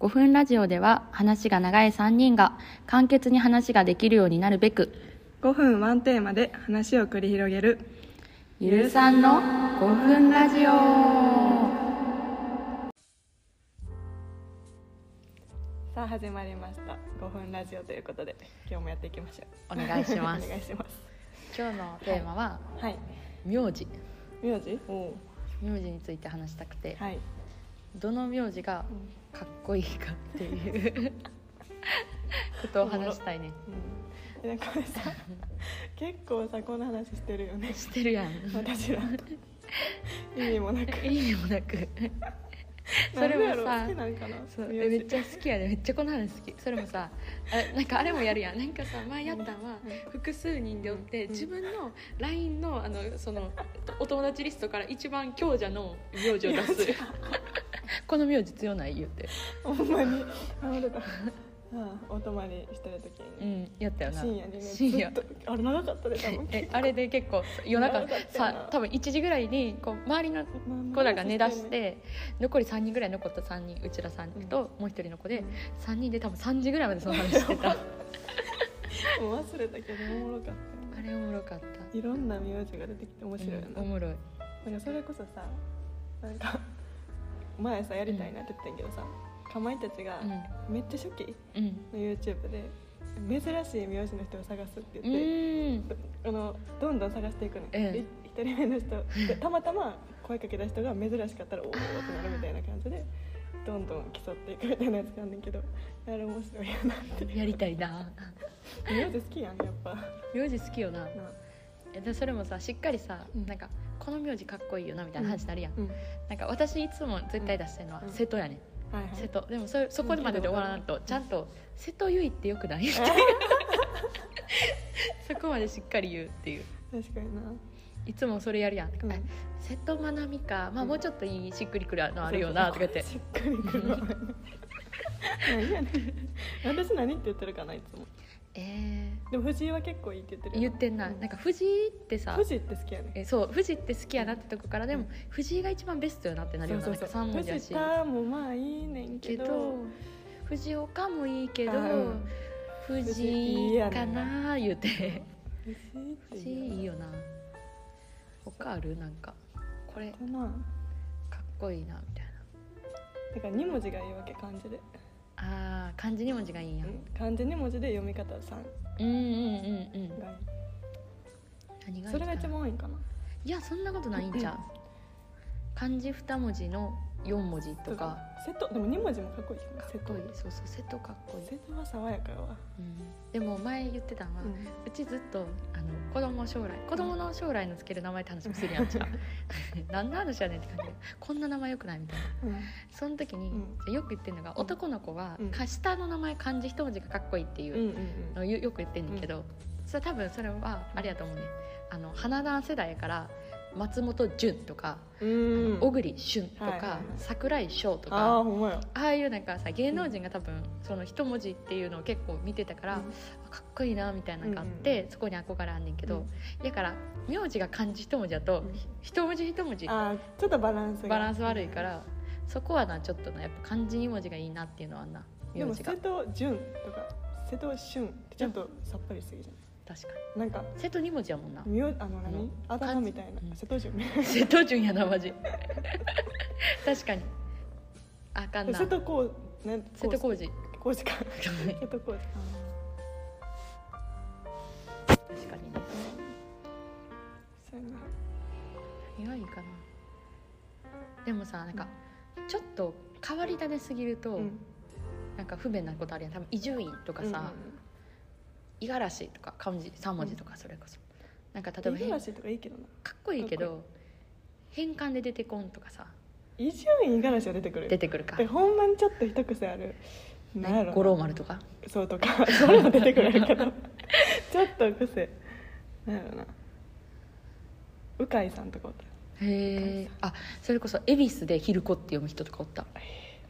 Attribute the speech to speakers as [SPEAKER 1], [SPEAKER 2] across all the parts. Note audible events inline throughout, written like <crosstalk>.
[SPEAKER 1] 5分ラジオでは話が長い3人が簡潔に話ができるようになるべく
[SPEAKER 2] 5分ワンテーマで話を繰り広げる
[SPEAKER 1] ゆるさんの5分ラジオ
[SPEAKER 2] さあ始まりました5分ラジオということで今日もやっていきましょう
[SPEAKER 1] お願いします
[SPEAKER 2] <laughs> お願いします
[SPEAKER 1] 今日のテーマは
[SPEAKER 2] はい
[SPEAKER 1] 名字
[SPEAKER 2] 名字おお
[SPEAKER 1] 名字について話したくて、
[SPEAKER 2] はい、
[SPEAKER 1] どの名字が
[SPEAKER 2] うん
[SPEAKER 1] かっこいいかっていう <laughs> ことを話したいね
[SPEAKER 2] うん、なんかこれ
[SPEAKER 1] <laughs>
[SPEAKER 2] さ結構さこんな話してるよね
[SPEAKER 1] してるやん
[SPEAKER 2] 私ら意味もな
[SPEAKER 1] <laughs>
[SPEAKER 2] く
[SPEAKER 1] 意味もなくそれもさ
[SPEAKER 2] なんでやろ好きなんかな
[SPEAKER 1] そう
[SPEAKER 2] 名
[SPEAKER 1] え
[SPEAKER 2] 字
[SPEAKER 1] めっちゃ好きやでめっちゃこの話好きそれも
[SPEAKER 2] <laughs>
[SPEAKER 1] さあなんかあれもやるやんなんかさ前やったんは
[SPEAKER 2] う
[SPEAKER 1] 複数人でおって
[SPEAKER 2] うん
[SPEAKER 1] 自分の LINE のあのそのお友達リストから一番強者の名字を出すこの名字強ない言うて
[SPEAKER 2] ほん
[SPEAKER 1] <laughs>
[SPEAKER 2] まにあ折れたああお泊まりしてる時
[SPEAKER 1] う
[SPEAKER 2] に、
[SPEAKER 1] んやったよな
[SPEAKER 2] 深夜にね
[SPEAKER 1] 深夜
[SPEAKER 2] ずっとあれ長かったで多分
[SPEAKER 1] えあれで結構夜中
[SPEAKER 2] 長かったよな
[SPEAKER 1] さ多分1時ぐらいにこう周りの子らが寝だして残り3人ぐらい残った3人うちら3人ともう1人の子で3人で多分3時ぐらいまでその話
[SPEAKER 2] <laughs>
[SPEAKER 1] してたあ
[SPEAKER 2] もう忘れたけどおもろかった
[SPEAKER 1] れおもろかった
[SPEAKER 2] いろんな名字が出てきて面白いよな,、
[SPEAKER 1] うんおもろい
[SPEAKER 2] なんかそれこそさなんか <laughs> 前さやりたいなって言ってんけどさ、かまいたちがめっちゃ初期
[SPEAKER 1] うんうん
[SPEAKER 2] の YouTube で珍しい名字の人を探すって
[SPEAKER 1] う
[SPEAKER 2] 言って、
[SPEAKER 1] ーん
[SPEAKER 2] あのどんどん探していくね、
[SPEAKER 1] ええ
[SPEAKER 2] で一人目の人でたまたま声かけた人が珍しかったらおおってなるみたいな感じでどんどん競っていくみたいなやつなんだけどあれ面白いよなって
[SPEAKER 1] やりたいな
[SPEAKER 2] 名字好きやんやっぱな
[SPEAKER 1] 名字好きよなえでそれもさしっかりさなんかこの名字かっこいいよなみたいな話になるやん、
[SPEAKER 2] うん
[SPEAKER 1] なんか私いつも絶対出してるのは
[SPEAKER 2] うん
[SPEAKER 1] 瀬戸やねん、
[SPEAKER 2] はいはい
[SPEAKER 1] 瀬戸でもそれそこまでで終わらんとちゃんと「瀬戸ゆいってよく <laughs> ない?」ってそこまでしっかり言うっていう
[SPEAKER 2] 確かにない
[SPEAKER 1] つもそれやるやん、
[SPEAKER 2] うん
[SPEAKER 1] あ瀬戸まなみかまあ
[SPEAKER 2] うん
[SPEAKER 1] もうちょっといいしっくりくるのあるよなとか言って
[SPEAKER 2] しっかりくるわ <laughs> 何やねん私何って言ってるかないつも
[SPEAKER 1] え
[SPEAKER 2] でも藤井は結構いいって言って
[SPEAKER 1] ー、
[SPEAKER 2] る
[SPEAKER 1] 言ってんな、なんか藤井ってさ
[SPEAKER 2] 藤井って好きやねん
[SPEAKER 1] えそう藤井って好きやなってとこからでも、
[SPEAKER 2] うん
[SPEAKER 1] 藤井が一番ベストよなってなるよな
[SPEAKER 2] そう
[SPEAKER 1] なん
[SPEAKER 2] そう
[SPEAKER 1] か
[SPEAKER 2] そ
[SPEAKER 1] 三
[SPEAKER 2] う
[SPEAKER 1] 文字や
[SPEAKER 2] 藤
[SPEAKER 1] し
[SPEAKER 2] 田もまあいいねん
[SPEAKER 1] け
[SPEAKER 2] け
[SPEAKER 1] ど
[SPEAKER 2] ど
[SPEAKER 1] 藤岡もいいけど、
[SPEAKER 2] あうん
[SPEAKER 1] 藤井かな言うて
[SPEAKER 2] 藤井っ
[SPEAKER 1] 藤
[SPEAKER 2] ていう
[SPEAKER 1] 井
[SPEAKER 2] の
[SPEAKER 1] いいよな他あるなんかこれか
[SPEAKER 2] かな
[SPEAKER 1] っこいいなみたいな
[SPEAKER 2] だから2文字がいいわけ漢字で、
[SPEAKER 1] あー漢字2文字がいいんや、
[SPEAKER 2] うん漢字2文字で読み方3
[SPEAKER 1] うん、うんうんうんうん
[SPEAKER 2] がい
[SPEAKER 1] 何
[SPEAKER 2] い
[SPEAKER 1] がいいかな
[SPEAKER 2] それが一番多いんかない
[SPEAKER 1] やそんなことないんちゃう漢字2文字の4文字とか
[SPEAKER 2] 瀬戸でも2文字もかっこいいけど
[SPEAKER 1] かっこいいそうそう瀬戸かっこいい、
[SPEAKER 2] 瀬戸は爽やかやわ、
[SPEAKER 1] うん、でも前言ってたのは、
[SPEAKER 2] うん
[SPEAKER 1] うちずっとあの子供将来子供の将来のつける名前って話もするやんちゃう <laughs> 何の話やねんって感じでこんな名前よくないみたいなその時に、
[SPEAKER 2] うん
[SPEAKER 1] じゃあよく言ってるのが、
[SPEAKER 2] うん
[SPEAKER 1] 男の子は、
[SPEAKER 2] うん
[SPEAKER 1] か下の名前漢字一文字がかっこいいって
[SPEAKER 2] うん、うん
[SPEAKER 1] いう
[SPEAKER 2] うん
[SPEAKER 1] のをよよく言ってんだけど、それ多分それはあれやと思うねあの花男世代やから松本潤とか
[SPEAKER 2] うんうん
[SPEAKER 1] 小栗旬とか、
[SPEAKER 2] はいはいはい
[SPEAKER 1] 桜井翔と
[SPEAKER 2] ああ
[SPEAKER 1] か。
[SPEAKER 2] ほんまや
[SPEAKER 1] ああいうなんかさ芸能人が多分その一文字っていうのを結構見てたから、かっこいいなみたいなのがあって、そこに憧れあんねんけど、だから名字が漢字一文字だと、
[SPEAKER 2] うん
[SPEAKER 1] 一文字一文字
[SPEAKER 2] ああちょっとバランスが
[SPEAKER 1] バランス悪いから、そこはなちょっとなやっぱ漢字2文字がいいなっていうのはあんな
[SPEAKER 2] で
[SPEAKER 1] 名
[SPEAKER 2] も
[SPEAKER 1] 字が
[SPEAKER 2] 瀬
[SPEAKER 1] 確
[SPEAKER 2] 戸潤とか瀬戸俊ってちょっとさっぱりすぎじゃ
[SPEAKER 1] か
[SPEAKER 2] んなんか
[SPEAKER 1] に瀬戸2文字やもんな
[SPEAKER 2] 名あの
[SPEAKER 1] う
[SPEAKER 2] 何
[SPEAKER 1] ん
[SPEAKER 2] あだ名みたい
[SPEAKER 1] うん
[SPEAKER 2] な瀬戸潤
[SPEAKER 1] 瀬戸順やなマジ確かにあかんな
[SPEAKER 2] 瀬戸こうね
[SPEAKER 1] 瀬戸康史
[SPEAKER 2] こうしか瀬
[SPEAKER 1] <laughs> 確
[SPEAKER 2] 戸こう
[SPEAKER 1] かにね
[SPEAKER 2] そうやな
[SPEAKER 1] 何がいいかなでもさなんかちょっと変わり種すぎると、
[SPEAKER 2] うん
[SPEAKER 1] なんか不便なことあるやん多分伊集院とかさ五十嵐とか漢字3文字とかそれこそ、なんか例え
[SPEAKER 2] う
[SPEAKER 1] ば
[SPEAKER 2] んうん、五
[SPEAKER 1] 変
[SPEAKER 2] 十
[SPEAKER 1] か
[SPEAKER 2] 嵐とかいいけどな
[SPEAKER 1] っこいいけ
[SPEAKER 2] かっ
[SPEAKER 1] ど変換で出てこんとかさ
[SPEAKER 2] 伊集院五十嵐は出てくる
[SPEAKER 1] 出てくるか
[SPEAKER 2] でほんまにちょっと一癖あるなんやろな
[SPEAKER 1] 五郎丸とか
[SPEAKER 2] そうとかそれも出てくるけ
[SPEAKER 1] <laughs>
[SPEAKER 2] どちょっと癖なんやろな鵜飼さんとかおった
[SPEAKER 1] へえあそれこそ恵比寿で「昼子」って読む人とかおった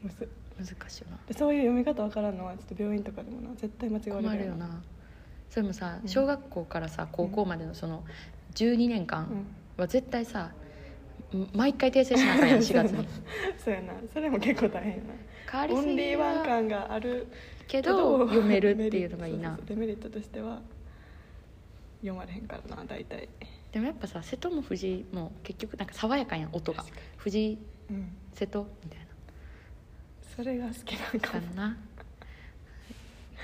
[SPEAKER 2] むず
[SPEAKER 1] 難しいよな
[SPEAKER 2] でそういう読み方わからんのはちょっと病院とかでもな絶対間違わ
[SPEAKER 1] 困
[SPEAKER 2] れ
[SPEAKER 1] る
[SPEAKER 2] る
[SPEAKER 1] よ
[SPEAKER 2] よな
[SPEAKER 1] なそれもさ
[SPEAKER 2] うん
[SPEAKER 1] 小学校からさ高校までのその12年
[SPEAKER 2] う
[SPEAKER 1] 間
[SPEAKER 2] ん
[SPEAKER 1] は絶対さうん毎回訂正しなあかんやん4月
[SPEAKER 2] <laughs>
[SPEAKER 1] に
[SPEAKER 2] そうやなそれも結構大変や
[SPEAKER 1] 変わ
[SPEAKER 2] な
[SPEAKER 1] り
[SPEAKER 2] オ
[SPEAKER 1] す
[SPEAKER 2] ンリ
[SPEAKER 1] ぎ
[SPEAKER 2] ーワン
[SPEAKER 1] は
[SPEAKER 2] 感がある
[SPEAKER 1] け
[SPEAKER 2] け
[SPEAKER 1] ど
[SPEAKER 2] ど
[SPEAKER 1] 読めるっていうのがいいな
[SPEAKER 2] <laughs> そうそうそうデメリットとしては読まれへんからな大体
[SPEAKER 1] でもやっぱさ瀬戸も藤井も結局なんか爽やかやん音が
[SPEAKER 2] 確か
[SPEAKER 1] 藤井
[SPEAKER 2] うん
[SPEAKER 1] 瀬戸みたい
[SPEAKER 2] それが好きなん
[SPEAKER 1] な
[SPEAKER 2] か
[SPEAKER 1] 感
[SPEAKER 2] も
[SPEAKER 1] じ
[SPEAKER 2] <laughs>
[SPEAKER 1] な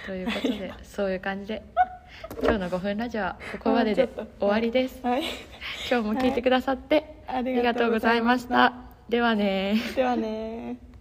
[SPEAKER 1] ということでそういう感じで今日の5分ラジオはここまで
[SPEAKER 2] あ
[SPEAKER 1] で
[SPEAKER 2] ちょっと
[SPEAKER 1] 終わりです
[SPEAKER 2] はい
[SPEAKER 1] 今日も聞いてくださって
[SPEAKER 2] あ
[SPEAKER 1] あ
[SPEAKER 2] り
[SPEAKER 1] りが
[SPEAKER 2] が
[SPEAKER 1] と
[SPEAKER 2] と
[SPEAKER 1] う
[SPEAKER 2] う
[SPEAKER 1] ご
[SPEAKER 2] ご
[SPEAKER 1] ざ
[SPEAKER 2] ざ
[SPEAKER 1] い
[SPEAKER 2] い
[SPEAKER 1] ま
[SPEAKER 2] ま
[SPEAKER 1] し
[SPEAKER 2] した
[SPEAKER 1] たではね
[SPEAKER 2] ではね